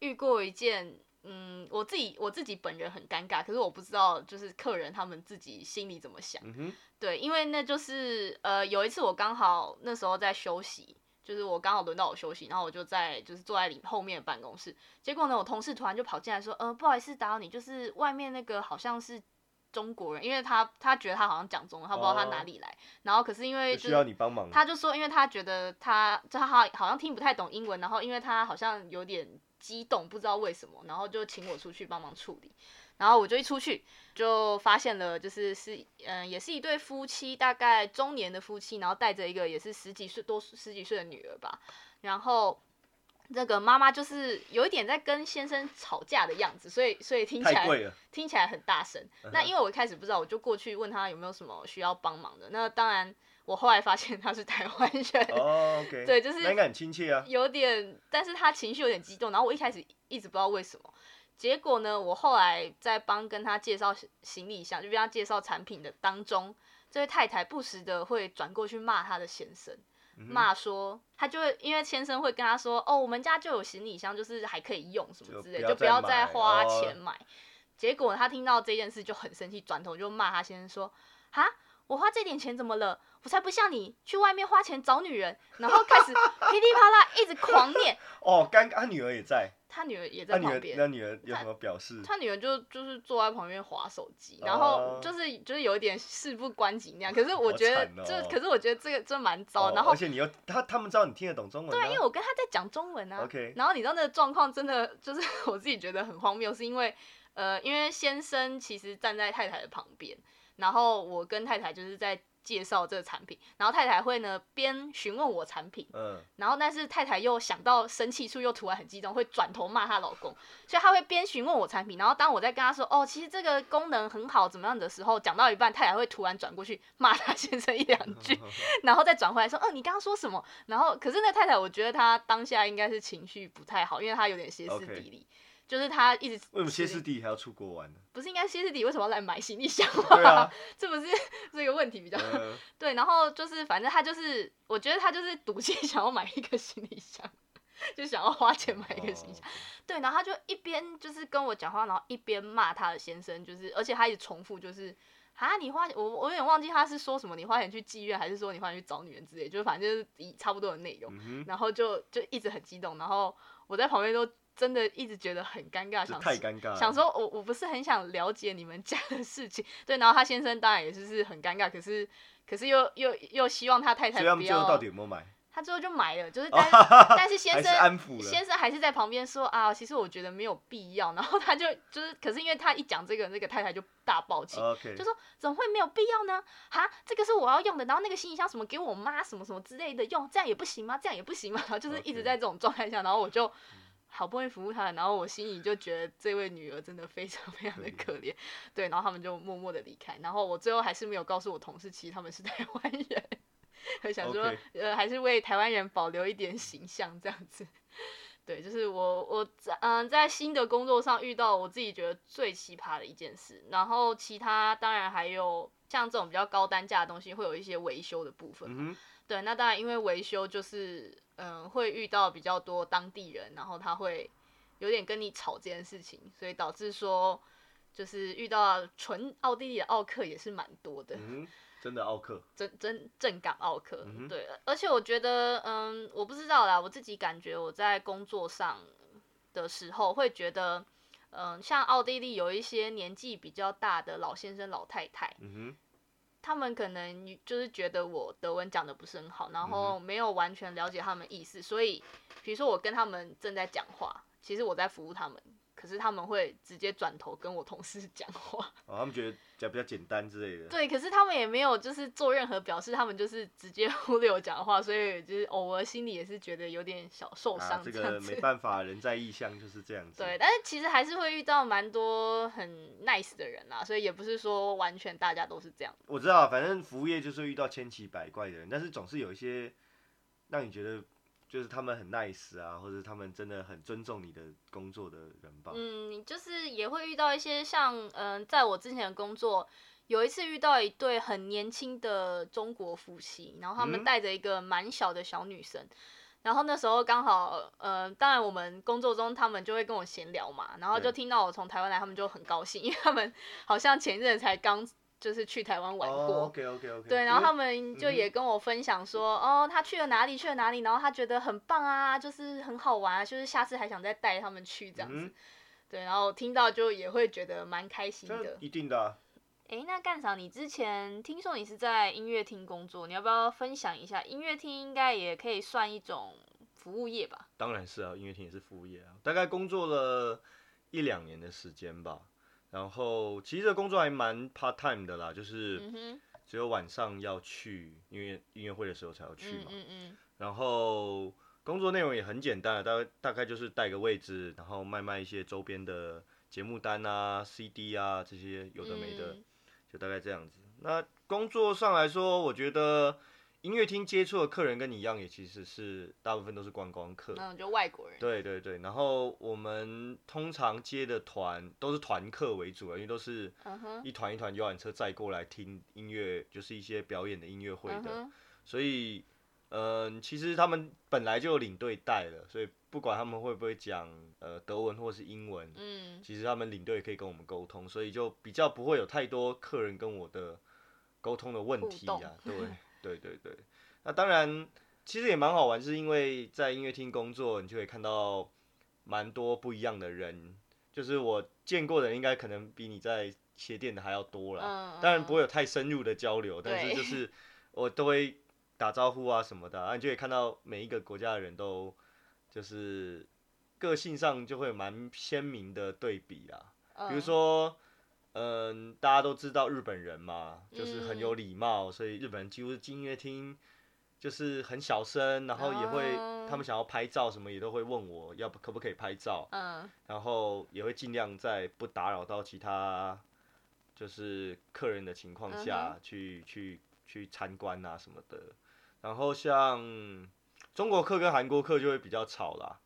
S1: 遇过一件，嗯，我自己我自己本人很尴尬，可是我不知道就是客人他们自己心里怎么想。
S2: 嗯哼，
S1: 对，因为那就是呃，有一次我刚好那时候在休息，就是我刚好轮到我休息，然后我就在就是坐在里后面的办公室，结果呢，我同事突然就跑进来说，呃，不好意思打扰你，就是外面那个好像是中国人，因为他他觉得他好像讲中文，他不知道他哪
S2: 哦
S1: 里来，然后可是因为
S2: 就
S1: 就
S2: 需要
S1: 是。
S2: 你帮忙。
S1: 他就说，因为他觉得他就他好像听不太懂英文，然后因为他好像有点激动，不知道为什么，然后就请我出去帮忙处理。然后我就一出去，就发现了，就是是嗯，也是一对夫妻，大概中年的夫妻，然后带着一个也是十几岁多十几岁的女儿吧，然后。那个妈妈就是有一点在跟先生吵架的样子，所以所以听起
S2: 太
S1: 来
S2: 贵了，
S1: 听起来很大声。
S2: 嗯
S1: 那
S2: 哼
S1: 因为我一开始不知道，我就过去问他有没有什么需要帮忙的。那当然，我后来发现他是台湾人，
S2: 哦
S1: <laughs>
S2: ，OK，
S1: 对就是
S2: 那应该很亲切啊。
S1: 有点，但是他情绪有点激动，然后我一开始一直不知道为什么。结果呢，我后来在帮跟他介绍行行李箱，就跟他介绍产品的当中，这位太太不时的会转过去骂他的先生，
S2: 嗯哼
S1: 骂说他就会因为先生会跟他说，哦，我们家就有行李箱，就是还可以用什么
S2: 就
S1: 之类，
S2: 不要
S1: 就不
S2: 再
S1: 要
S2: 买
S1: 再花
S2: 哦
S1: 钱买。结果他听到这件事就很生气，转头就骂他先生说，哈，我花这点钱怎么了？我才不像你去外面花钱找女人，然后开
S2: <laughs>
S1: 始噼里啪啦一直狂念。
S2: 哦，尴尬，他女儿也在，
S1: 他女儿也
S2: 他
S1: 在
S2: 女
S1: 旁
S2: 儿
S1: 边，
S2: 那女儿有什么表示？
S1: 他女儿就就是坐在旁边划手机，
S2: 哦
S1: 然后就是就是有一点事不关己那样。可是我觉得
S2: 好惨哦
S1: 就可是我觉得这个真蛮糟
S2: 哦
S1: 的。然后
S2: 而且你又他他们知道你听得懂中文
S1: 对啊，因为
S2: 啊，
S1: 我跟他在讲中文啊。
S2: OK
S1: 然后你知道那个状况真的就是 <laughs> 我自己觉得很荒谬，是因为呃，因为先生其实站在太太的旁边，然后我跟太太就是在介绍这个产品，然后太太会呢边询问我产品，
S2: 嗯，
S1: 然后但是太太又想到生气处，又突然很激动，会转头骂她老公，所以她会边询问我产品，然后当我在跟她说哦，其实这个功能很好，怎么样的时候，讲到一半，太太会突然转过去骂她先生一两
S2: <laughs>
S1: 句，然后再转回来说，嗯、你刚刚说什么？然后可是那太太，我觉得她当下应该是情绪不太好，因为她有点歇斯
S2: OK
S1: 底里。就是她一直
S2: 为什么歇斯底里还要出国玩
S1: <laughs>
S2: 呢？
S1: 不是应该歇斯底里？为什么要来买行李箱吗？
S2: 对啊，
S1: <laughs> 这不是这个问题比较、
S2: 呃
S1: 对，啊然后就是反正他就是，我觉得他就是赌气 <laughs> 想要买一个行李箱，就想要花 <laughs> 钱买一个行李箱。
S2: 哦
S1: 对，然后他就一边就是跟我讲话，然后一边骂他的先生，就是而且他一直重复就是。啊！你花我我有点忘记他是说什么，你花钱去妓院，还是说你花钱去找女人之类，就是反正就是以差不多的内容，
S2: 嗯
S1: 然后就就一直很激动，然后我在旁边都真的一直觉得很尴尬，
S2: 哼，这
S1: 想
S2: 太
S1: 说
S2: 尴尬了。
S1: 想说我我不是很想了解你们家的事情，对，然后他先生当然也就是很尴尬，可是可是又又又希望他太
S2: 所
S1: 太
S2: 以他
S1: 不
S2: 们最后到
S1: 要
S2: 底有没有买？
S1: 他最后就买了，
S2: <laughs>
S1: 就是但但是先
S2: 还是
S1: 生
S2: 安抚了。
S1: 先生还是在旁边说啊，其实我觉得没有必要。 <laughs> 然后他就就是，可是因为他一讲这个，那个太太就大爆气，
S2: OK，
S1: 就说怎么会没有必要呢？哈，这个是我要用的，然后那个行李箱什么给我妈什么什么之类的用，这样也不行吗？这样也不行吗？然 <laughs> 后就是一直
S2: OK 嗯
S1: 在这种状态下，然后我就好不容易服务她，然后我心里就觉得这位女儿真的非常非常的
S2: 可
S1: 可怜，对，然后他们就默默的离开，然后我最后还是没有告诉我同事，其实他们是台湾人。 <laughs> 我想说
S2: OK
S1: 呃，还是为台湾人保留一点形象这样子。对，就是我我在嗯、在新的工作上遇到我自己觉得最奇葩的一件事，然后其他当然还有像这种比较高单价的东西，会有一些维修的部分。
S2: 嗯哼，
S1: 对，那当然因为维修就是嗯、会遇到比较多当地人，然后他会有点跟你吵这件事情，所以导致说就是遇到纯奥地利的奥克也是蛮多的。
S2: 嗯哼，真的奥克，
S1: 真真正港奥克，
S2: 嗯哼
S1: 对，而且我觉得，嗯，我不知道啦，我自己感觉我在工作上的时候会觉得，嗯，像奥地利有一些年纪比较大的老先生、老太太，
S2: 嗯
S1: 他们可能就是觉得我德文讲的不是很好，
S2: 嗯
S1: 然后没有完全了解他们意思，所以比如说我跟他们正在讲话，其实我在服务他们，可是他们会直接转头跟我同事讲话，
S2: 哼，哦，他们觉得讲比较简单之类的。
S1: 对，可是他们也没有就是做任何表示，他们就是直接 <laughs> 忽略我讲的话，所以就是偶尔心里也是觉得有点小受
S2: 啊
S1: 伤，
S2: 这
S1: 这样
S2: 个
S1: 子。
S2: 没办法，人在异乡就是这样子。
S1: 对，但是其实还是会遇到蛮多很 nice 的人啊啦，所以也不是说完全大家都是这样。
S2: 我知道，反正服务业就是会遇到千奇百怪的人，但是总是有一些让你觉得就是他们很 nice 啊，或者他们真的很尊重你的工作的人吧。
S1: 嗯，就是也会遇到一些像嗯、在我之前的工作，有一次遇到一对很年轻的中国夫妻，然后他们
S2: 嗯
S1: 带着一个蛮小的小女生。然后那时候刚好，呃，当然我们工作中他们就会跟我闲聊嘛，然后就
S2: 对
S1: 听到我从台湾来，他们就很高兴，因为他们好像前一阵才刚就是去台湾玩过，
S2: 哦、OK 嗯 OK OK。
S1: 对，然后他
S2: 们
S1: 们就也跟我分享说，哦，他去了哪里，去了哪里，然后他觉得很棒啊，就是很好玩啊，就是下次还想再带他们去这样子。
S2: 嗯
S1: 对，然后听到就也会觉得蛮开心
S2: 这
S1: 的。
S2: 一定的啊、
S1: 诶，那干嫂，你之前听说你是在音乐厅工作，你要不要分享一下？音乐厅应该也可以算一种服务业吧？
S2: 当然是啊，音乐厅也是服务业啊，大概工作了一两年的时间吧。然后其实这工作还蛮 part time 的啦，就是
S1: 嗯哼，
S2: 只有晚上要去音乐音乐会的时候才要
S1: 嗯
S2: 去嘛。
S1: 嗯嗯，
S2: 然后工作内容也很简单，大概大概就是带个位置，然后卖卖一些周边的节目单啊、CD 啊这些有的没的，
S1: 嗯
S2: 就大概这样子。那工作上来说，我觉得音乐厅接触的客人跟你一样，也其实是大部分都是观光客。
S1: 那就外国人。
S2: 对对对，然后我们通常接的团都是团客为主啊，因为都是
S1: 嗯哼，
S2: 一团一团游览车载过来听音乐，就是一些表演的音乐会
S1: 嗯
S2: 的。
S1: 哼，
S2: 所以，嗯、其实他们本来就有领队带了，所以不管他们会不会讲呃德文或是英文，
S1: 嗯
S2: 其实他们领队也可以跟我们沟通，所以就比较不会有太多客人跟我的沟通的问题
S1: 互
S2: 啊。对
S1: <laughs>
S2: 对对对，那当然其实也蛮好玩，是因为在音乐厅工作，你就会看到蛮多不一样的人，就是我见过的人应该可能比你在鞋店的还要多啦。
S1: 嗯，
S2: 当然不会有太深入的交流，但是
S1: 对 <laughs>
S2: 就是我都会打招呼啊什么的，然后你就会看到每一个国家的人都就是个性上就会有蛮鲜明的对比啦。
S1: 嗯，
S2: 比如说，嗯，大家都知道日本人嘛，就是
S1: 嗯
S2: 很有礼貌，所以日本人几乎是进音乐厅就是很小声，然后也会、
S1: 哦
S2: 他们想要拍照什么也都会问我要不可不可以拍照，
S1: 嗯，
S2: 然后也会尽量在不打扰到其他就是客人的情
S1: 嗯
S2: 况下去、去去参观啊什么的。然后像中国客跟韩国客就会比较吵啦，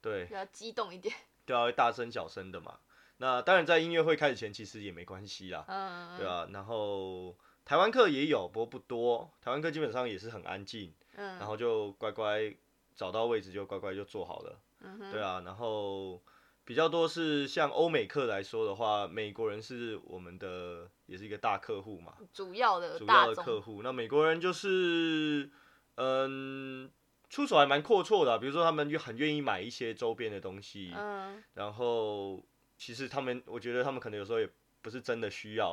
S2: 对
S1: 比，较激动一点。
S2: 对啊，会大声小声的嘛。那当然在音乐会开始前其实也没关系啦，
S1: 嗯，
S2: <laughs> 对啊。然后台湾客也有，不过不多，台湾客基本上也是很安静，
S1: 嗯，
S2: 然后就乖乖找到位置就乖乖就坐好了。
S1: 嗯哼，
S2: 对啊，然后比较多是像欧美客来说的话，美国人是我们的也是一个大客户嘛，
S1: 主要的
S2: 主
S1: 呃大
S2: 要的
S1: 众
S2: 客户。那美国人就是嗯，出手还蛮阔绰的啊、比如说他们就很愿意买一些周边的东西，
S1: 嗯
S2: 然后其实他们我觉得他们可能有时候也不是真的需要，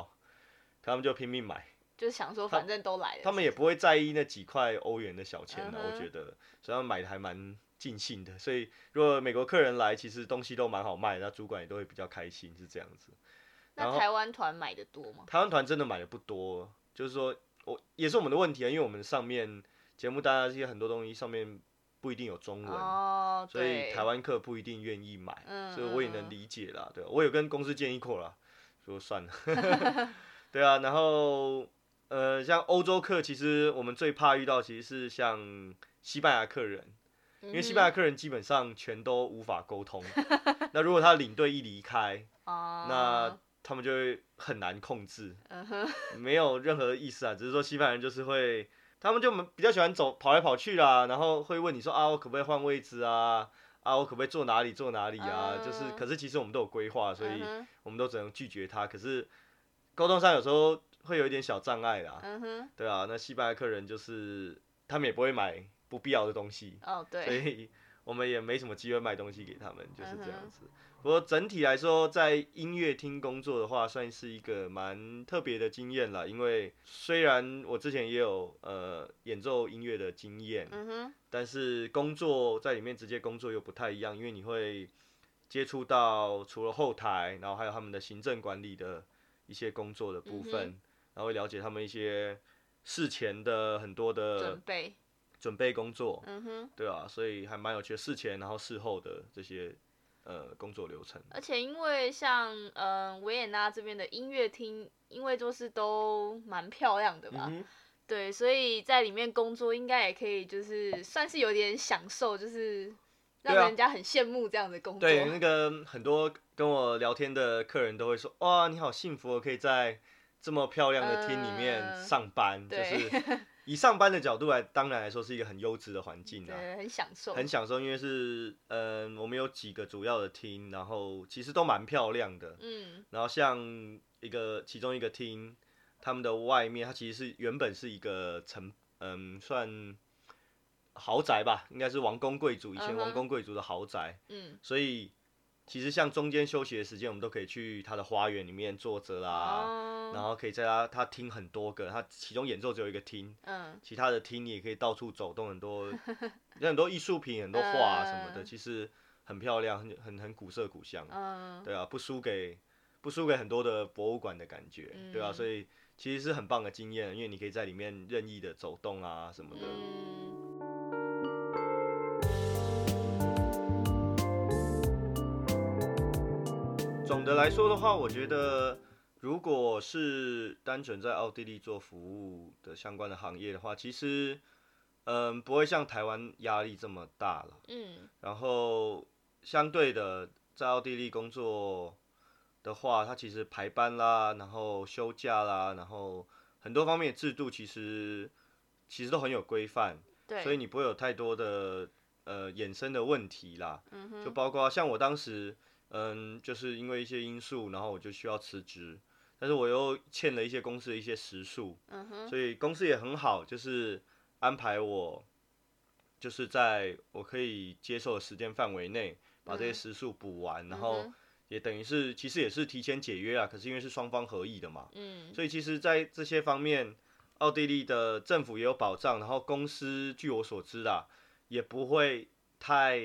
S2: 可他们就拼命买。
S1: 就是想说反正都来了，
S2: 他们也不会在意那几块欧元的小钱呢、啊
S1: 嗯哼
S2: 我觉得，所以他们买的还蛮尽兴的。所以如果美国客人来，其实东西都蛮好卖，那主管也都会比较开心，是这样子。然
S1: 那
S2: 后
S1: 台湾团买的多吗？
S2: 台湾团真的买的不多，就是说我也是我们的问题啊，因为我们上面节目大家这些很多东西上面不一定有中文，
S1: 哦，
S2: 所以
S1: 对
S2: 台湾客不一定愿意买，
S1: 嗯
S2: 所以我也
S1: 嗯
S2: 能
S1: 嗯
S2: 理解啦。对，我有跟公司建议过啦，说算了。
S1: <laughs>
S2: 对啊，然后呃，像欧洲客，其实我们最怕遇到其实是像西班牙客人，
S1: 嗯
S2: 因为西班牙客人基本上全都无法沟通。 <laughs> 那如果他领队一离开，
S1: 牙哦，嗯
S2: 那他们就会很难控制，没有任何意思啊，只是说西班牙人就是会，他们就比较喜欢走跑来跑去啦，然后会问你说啊，我可不可以换位置啊？啊，我可不可以坐哪里坐哪里啊？就是，
S1: 嗯
S2: 可是其实我们都有规划，所以
S1: 嗯哼
S2: 我们都只能拒绝他。可是沟通上有时候会有一点小障碍啦，
S1: 嗯哼，
S2: 对啊，那西班牙客人就是他们也不会买不必要的东西，
S1: 哦
S2: 所
S1: 对，
S2: 以我们也没什么机会卖东西给他们，就是
S1: 嗯
S2: 这
S1: 哼
S2: 样子。不过整体来说，在音乐厅工作的话，算是一个蛮特别的经验啦。因为虽然我之前也有呃演奏音乐的经验，
S1: 嗯哼，
S2: 但是工作在里面直接工作又不太一样，因为你会接触到除了后台，然后还有他们的行政管理的一些工作的
S1: 嗯
S2: 部分，然后会了解他们一些事前的很多
S1: 准
S2: 的
S1: 备，
S2: 准备工作。
S1: 嗯哼，
S2: 对啊，所以还蛮有趣的，事前然后事后的这些呃工作流程。
S1: 而且因为像嗯维也纳这边的音乐厅，因为就是都蛮漂亮的嘛，
S2: 嗯哼，
S1: 对，所以在里面工作应该也可以，就是算是有点享受，就是让
S2: 对啊
S1: 人家很羡慕这样的工作。
S2: 对，那个很多跟我聊天的客人都会说，哇，你好幸福哦，可以在这么漂亮的厅里面
S1: 嗯
S2: 上班，就
S1: 对 <laughs>
S2: 是以上班的角度来，当然来说是一个很优质的环境啊。
S1: 对，很享受。
S2: 很享受，因为是嗯、我们有几个主要的厅，然后其实都蛮漂亮的。
S1: 嗯
S2: 然后像一个其中一个厅，他们的外面它其实是原本是一个城，嗯，算豪宅吧，应该是王公贵族以前
S1: 嗯哼
S2: 王公贵族的豪宅，
S1: 嗯，
S2: 所以其实像中间休息的时间，我们都可以去他的花园里面坐着啦，啊然
S1: 哦，
S2: 后可以在他他厅很多个，他其中演奏只有一个厅，
S1: 嗯
S2: 其他的厅你也可以到处走动，
S1: <laughs>
S2: 很多有很多艺术品、很多画啊什么的，
S1: 嗯
S2: 其实很漂亮，很很很古色古香。
S1: 嗯，
S2: 对啊，不输给不输给很多的博物馆的感觉，对啊，
S1: 嗯
S2: 所以其实是很棒的经验，因为你可以在里面任意的走动啊什么的。
S1: 嗯，
S2: 总的来说的话，我觉得如果是单纯在奥地利做服务的相关的行业的话，其实嗯不会像台湾压力这么大了。
S1: 嗯
S2: 然后相对的，在奥地利工作的话，它其实排班啦，然后休假啦，然后很多方面的制度其实其实都很有规范，
S1: 对，
S2: 所以你不会有太多的呃衍生的问题啦。
S1: 嗯哼，
S2: 就包括像我当时，嗯，就是因为一些因素，然后我就需要辞职，但是我又欠了一些公司的一些时数，
S1: 嗯哼，
S2: 所以公司也很好，就是安排我，就是在我可以接受的时间范围内把这些
S1: 嗯
S2: 时数补完，然
S1: 嗯
S2: 后
S1: 哼
S2: 也等于是其实也是提前解约啊，可是因为是双方合意的嘛，
S1: 嗯
S2: 所以其实，在这些方面，奥地利的政府也有保障，然后公司据我所知啦，也不会太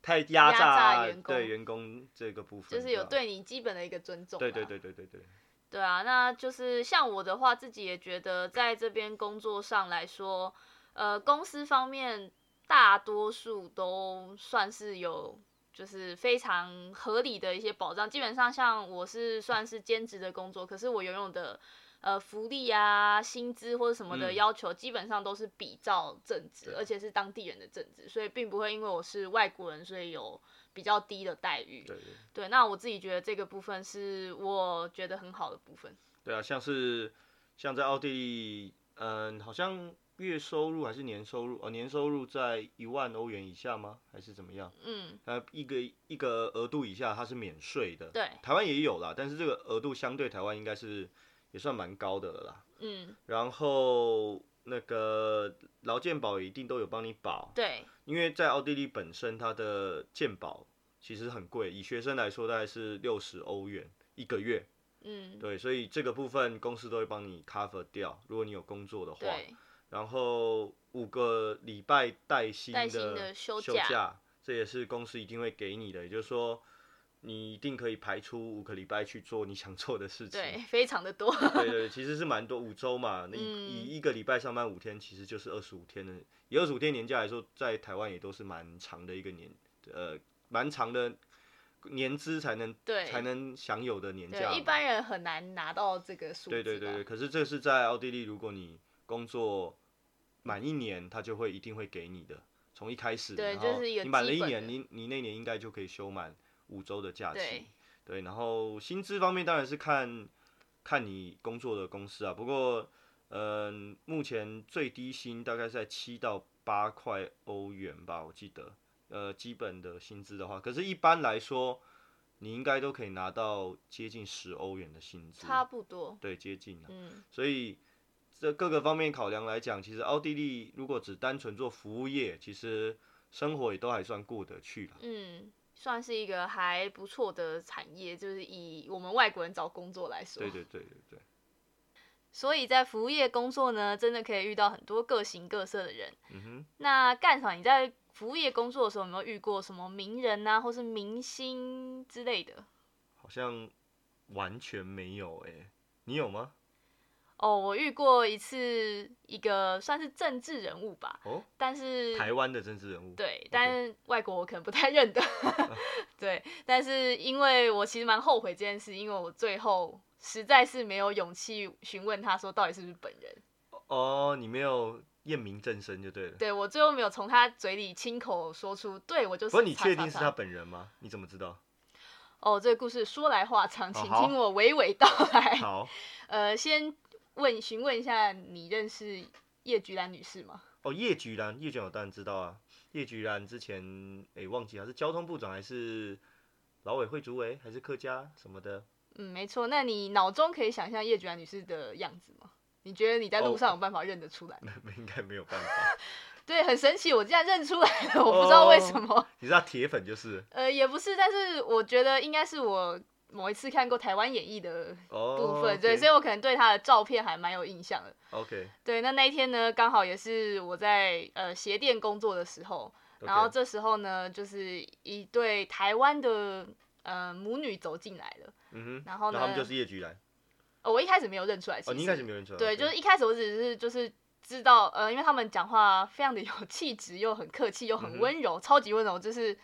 S2: 太压
S1: 压
S2: 榨
S1: 榨员
S2: 对
S1: 工
S2: 员工这个部分，
S1: 就是有
S2: 吧
S1: 对你基本的一个尊重。啊
S2: 对对。对对对对，
S1: 对啊，那就是像我的话，自己也觉得在这边工作上来说，呃，公司方面大多数都算是有。就是非常合理的一些保障，基本上像我是算是兼职的工作，可是我拥有的呃福利啊、薪资或者什么的
S2: 嗯
S1: 要求，基本上都是比照正职，
S2: 对
S1: 而且是当地人的正职，所以并不会因为我是外国人，所以有比较低的待遇。
S2: 对对。
S1: 对，那我自己觉得这个部分是我觉得很好的部分。
S2: 对啊，像是像在奥地利，嗯，好像月收入还是年收入？哦，年收入在一万欧元以下吗？还是怎么样？
S1: 嗯，
S2: 呃，一个一个额度以下，它是免税的。
S1: 对，
S2: 台湾也有啦，但是这个额度相对台湾应该是也算蛮高的了啦。
S1: 嗯，
S2: 然后那个劳健保也一定都有帮你保，
S1: 对，
S2: 因为在奥地利本身它的健保其实很贵，以学生来说大概是六十欧元一个月。
S1: 嗯，
S2: 对，所以这个部分公司都会帮你 cover 掉，如果你有工作的话。
S1: 对，
S2: 然后五个礼拜带薪
S1: 带薪的
S2: 的
S1: 休
S2: 休
S1: 假
S2: 这也是公司一定会给你的，也就是说，你一定可以排出五个礼拜去做你想做的事情。
S1: 对，非常的多。
S2: 对 <laughs> 对，其实是蛮多，五周嘛，那
S1: 嗯
S2: 以一个礼拜上班五天，其实就是二十五天的，以二十五天年假来说，在台湾也都是蛮长的一个年，呃，蛮长的年资才能
S1: 对
S2: 才能享有的年假嘛。
S1: 对，一般人很难拿到这个数字吧。
S2: 对对对对，可是这是在奥地利，如果你工作满一年，他就会一定会给你的，从一开始，
S1: 对
S2: 然
S1: 就
S2: 后
S1: 是一个
S2: 你满
S1: 基
S2: 了一
S1: 本
S2: 年，
S1: 的
S2: 你你那年应该就可以休满五周的假
S1: 对
S2: 期。对，然后薪资方面当然是看看你工作的公司啊，不过嗯、目前最低薪大概是在七到八块欧元吧，我记得。呃，基本的薪资的话，可是一般来说，你应该都可以拿到接近十欧元的薪资，
S1: 差不多。
S2: 对，接近啊。
S1: 嗯，
S2: 所以这各个方面考量来讲，其实奥地利如果只单纯做服务业，其实生活也都还算过得去了。
S1: 嗯，算是一个还不错的产业，就是以我们外国人找工作来说。
S2: 对对对对对，
S1: 所以在服务业工作呢，真的可以遇到很多各形各色的人。
S2: 嗯哼，
S1: 那干场你在服务业工作的时候，有没有遇过什么名人啊，或是明星之类的？
S2: 好像完全没有哎、你有吗？
S1: 哦，我遇过一次一个算是政治人物吧，
S2: 哦，
S1: 但是
S2: 台湾的政治人物，
S1: 对，但是外国我可能不太
S2: <laughs>
S1: 认得。对，但是因为我其实蛮后悔这件事，因为我最后实在是没有勇气询问他说到底是不是本人。
S2: 哦，你没有验明正身就对了。
S1: 对我最后没有从他嘴里亲口说出，对我就是
S2: 不
S1: 叉叉叉。
S2: 过你确定是他本人吗？你怎么知道？
S1: 哦，这个故事说来话长，请
S2: 哦好
S1: 听我娓娓道来。 <laughs>
S2: 好，
S1: 呃，先问询问一下，你认识叶菊兰女士吗？
S2: 哦，叶菊兰，叶菊兰我当然知道啊。叶菊兰之前哎、忘记他是交通部长还是劳委会主委还是客家什么的，
S1: 嗯，没错。那你脑中可以想象叶菊兰女士的样子吗？你觉得你在路
S2: 哦
S1: 上有办法认得出来吗？ <laughs>
S2: 没 <laughs> 应该没有办法。
S1: 对，很神奇，我竟然认出来了，我不知
S2: 哦
S1: 道为什么。
S2: 你是他铁粉就是
S1: 呃，也不是，但是我觉得应该是我某一次看过台湾演绎的
S2: 哦，
S1: 部分，对，所以我可能对她的照片还蛮有印象的。
S2: OK，
S1: 对，那那一天呢，刚好也是我在呃鞋店工作的时候，然后这时候呢，就是一对台湾的呃母女走进来了。
S2: 嗯哼，
S1: 然后呢
S2: 那他们就是叶菊兰
S1: 呃，我一开始没有认出来，其
S2: 哦，
S1: 实
S2: 你一开始没有认出来，
S1: 对，就是一开始我只是就是知道，呃，因为他们讲话非常的有 <laughs> 气质，又很客气，又
S2: 嗯
S1: 很
S2: 哼
S1: 温柔，超级温柔，就是。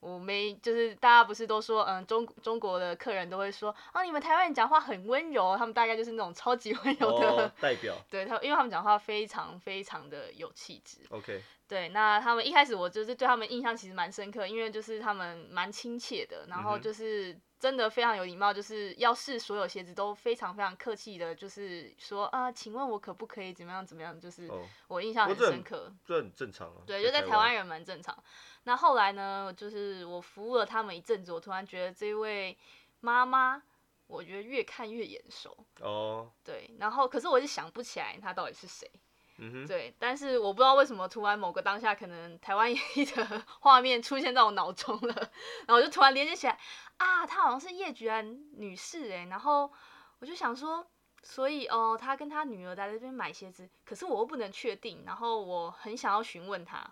S1: 我没，就是大家不是都说，嗯，中中国的客人都会说，啊，你们台湾人讲话很温柔，他们大概就是那种超级温柔的，
S2: 哦代表
S1: 对他，因为他们讲话非常非常的有气质，
S2: OK，
S1: 对，那他们一开始我就是对他们印象其实蛮深刻，因为就是他们蛮亲切的，然后
S2: 嗯哼
S1: 就是真的非常有礼貌，就是要试所有鞋子都非常非常客气的，就是说啊、请问我可不可以怎么样怎么样，就是
S2: 哦，
S1: 我印象
S2: 不
S1: 很
S2: 过这
S1: 深
S2: 很
S1: 刻。
S2: 这很正常啊，
S1: 嗯对，就在台
S2: 台
S1: 湾人蛮正常。那后来呢，就是我服务了他们一阵子，我突然觉得这位妈妈，我觉得越看越眼熟。
S2: 哦，
S1: 对，然后可是我是想不起来她到底是谁。
S2: 嗯哼，
S1: 对，但是我不知道为什么突然某个当下，可能台湾 <laughs> 演绎的画面出现在我脑中了，然后我就突然连接起来，啊，她好像是叶菊兰女士哎、然后我就想说，所以哦，她跟她女儿来这边买鞋子，可是我又不能确定，然后我很想要询问她，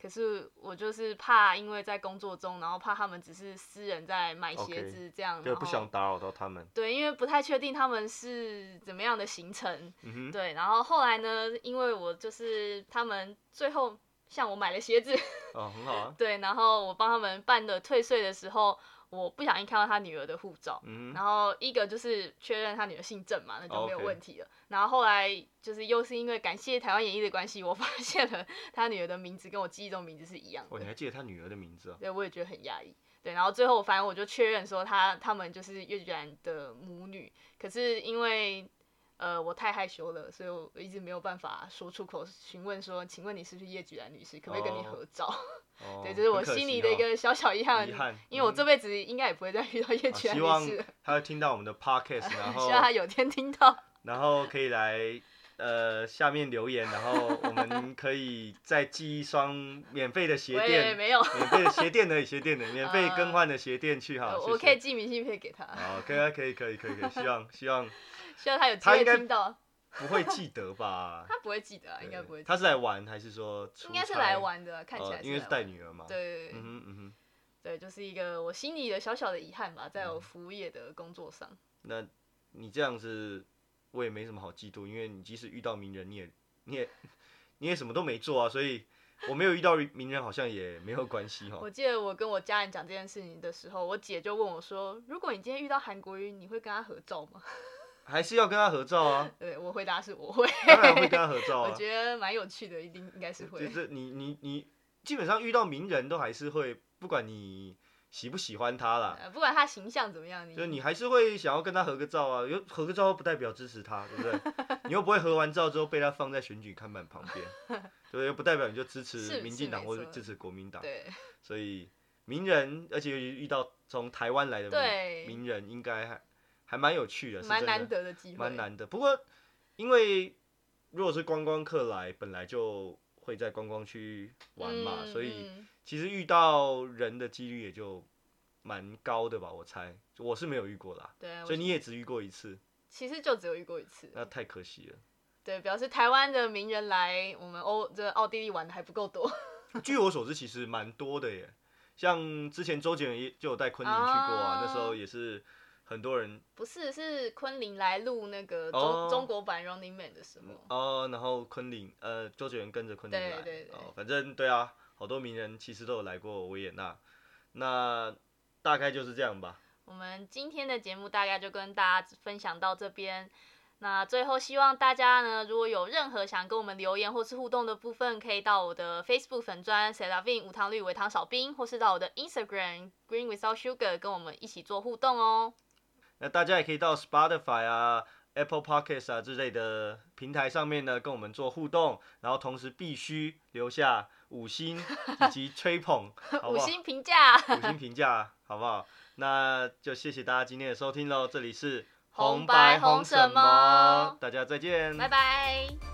S1: 可是我就是怕，因为在工作中，然后怕他们只是私人在买鞋
S2: OK，
S1: 子这样
S2: 就不
S1: 然
S2: 想
S1: 后
S2: 打扰到他们，
S1: 对，因为不太确定他们是怎么样的行程，
S2: 嗯哼，
S1: 对，然后后来呢，因为我就是他们最后向我买了鞋子， <laughs>
S2: 哦，很好啊，
S1: 对，然后我帮他们办了退税的时候，我不小心看到他女儿的护照，
S2: 嗯哼，
S1: 然后一个就是确认他女儿姓郑嘛，那就没有
S2: 哦 OK
S1: 问题了。然后后来就是又是因为感谢台湾演艺的关系，我发现了他女儿的名字跟我记忆中的名字是一样
S2: 哦，你
S1: 的，
S2: 还记得他女儿的名字啊？
S1: 对，我也觉得很压抑。对，然后最后反正我就确认说他他们就是越南的母女，可是因为呃我太害羞了，所以我一直没有办法说出口询问说，请问你是不是叶菊兰女士，可不可以跟你
S2: 哦
S1: 合照？ <laughs>
S2: 哦，
S1: 对，这是我
S2: 很可惜
S1: 心里的一
S2: 哦
S1: 个小小遗憾，
S2: 遗憾，
S1: 因为我
S2: 嗯
S1: 这辈子应该也不会再遇到叶
S2: 啊
S1: 菊兰
S2: 希
S1: 女
S2: 望哦
S1: 士了， <laughs>
S2: 他听到我们的 podcast，然
S1: 希望她
S2: 后
S1: 有天听到。
S2: 然后可以来呃下面留言，然后我们可以再寄一双免费的鞋
S1: 喂，
S2: 垫，
S1: 没有，
S2: 免费的鞋垫的
S1: <laughs>
S2: 鞋垫的，免费更换的鞋垫去哈，
S1: 呃
S2: 谢谢
S1: 我可以。寄明信片给他，
S2: 好，可以啊，可以，可以，可以，可以，
S1: <laughs>
S2: 希望希望
S1: 希望他有机
S2: 他
S1: 会
S2: 应该
S1: 听到。
S2: 不会记
S1: <laughs>
S2: 得吧？
S1: 他不会记得啊，应该
S2: 对
S1: 不会记得。
S2: 他是来玩还是说出
S1: 应该是
S2: 差
S1: 来？玩的，看起
S2: 哦
S1: 来，
S2: 因为是
S1: 来
S2: 带
S1: 玩的。
S2: 女儿嘛。。
S1: 对对
S2: 嗯
S1: 对
S2: 哼嗯哼，
S1: 对，就是一个我心里的小小的遗憾吧，
S2: 嗯
S1: 在我服务业的工作上。
S2: 那你这样子，我也没什么好嫉妒，因为你即使遇到名人，你也你也 <laughs> 你也什么都没做啊，所以我没有遇到名人好像也没有关系哈。
S1: 我记得我跟我家人讲这件事情的时候，我姐就问我说：“如果你今天遇到韩国瑜，你会跟他合照吗 <laughs>
S2: 还是要跟他合照啊，？”
S1: 对，我回答是我会，
S2: 当然会跟他合照
S1: 我
S2: 啊。
S1: 觉得蛮有趣的，一定应该是
S2: 就
S1: 会。
S2: 是你你你基本上遇到名人都还是会，不管你喜不喜欢他啦，
S1: 呃，不管他形象怎么样，你
S2: 就是你还是会想要跟他合个照啊。有合个照不代表支持他，对不对？你又不会合完照之后被他放在选举看板旁边，对不对，又不代表你就支持
S1: 是
S2: 民进党
S1: 是没
S2: 或者
S1: 错
S2: 支持国民党。
S1: 对 <laughs>
S2: 所以名人，而且尤其遇到从台湾来的名
S1: 对，
S2: 名人，应该还还蛮有趣的，是
S1: 蛮
S2: 真的
S1: 难得的机会，
S2: 蛮难的。不过，因为如果是观光客来，本来就会在观光区玩嘛，
S1: 嗯
S2: 所以
S1: 嗯
S2: 其实遇到人的几率也就蛮高的吧，我猜。我是没有遇过啦，
S1: 对，哎我
S2: 所以你也呃只遇过一次，
S1: 其实就只有遇过一次。
S2: 那太可惜了。
S1: 对，表示台湾的名人来我们欧这奥地利玩的还不够多。 <laughs>
S2: 据我所知，其实蛮多的耶。像之前周杰伦也就有带昆凌去过啊，那时候
S1: 啊
S2: 也是很多人
S1: 不是，是昆凌来录那个中、
S2: 哦
S1: 中国版 Running Man 的时候，
S2: 哦，然后昆凌，呃，周杰伦跟着昆凌
S1: 嗯对
S2: 来，
S1: 对对
S2: 哦，反正对啊，好多名人其实都有来过维也纳，那大概就是这样吧。
S1: 我们今天的节目大概就跟大家分享到这边。那最后希望大家呢，如果有任何想跟我们留言或是互动的部分，可以到我的 Facebook 粉专 s e l a v i n 无糖绿微糖少冰，或是到我的 Instagram Green Without Sugar 跟我们一起做互动哦。
S2: 那大家也可以到 Spotify 啊、Apple Podcasts 啊之类的平台上面呢，跟我们做互动，然后同时必须留下五星以及吹
S1: <laughs>
S2: 捧，好
S1: 五
S2: 不好？
S1: 星评价，
S2: 五星评价，好不好？那就谢谢大家今天的收听喽，这里是
S1: 红白红什么
S2: 大家再见，
S1: 拜拜。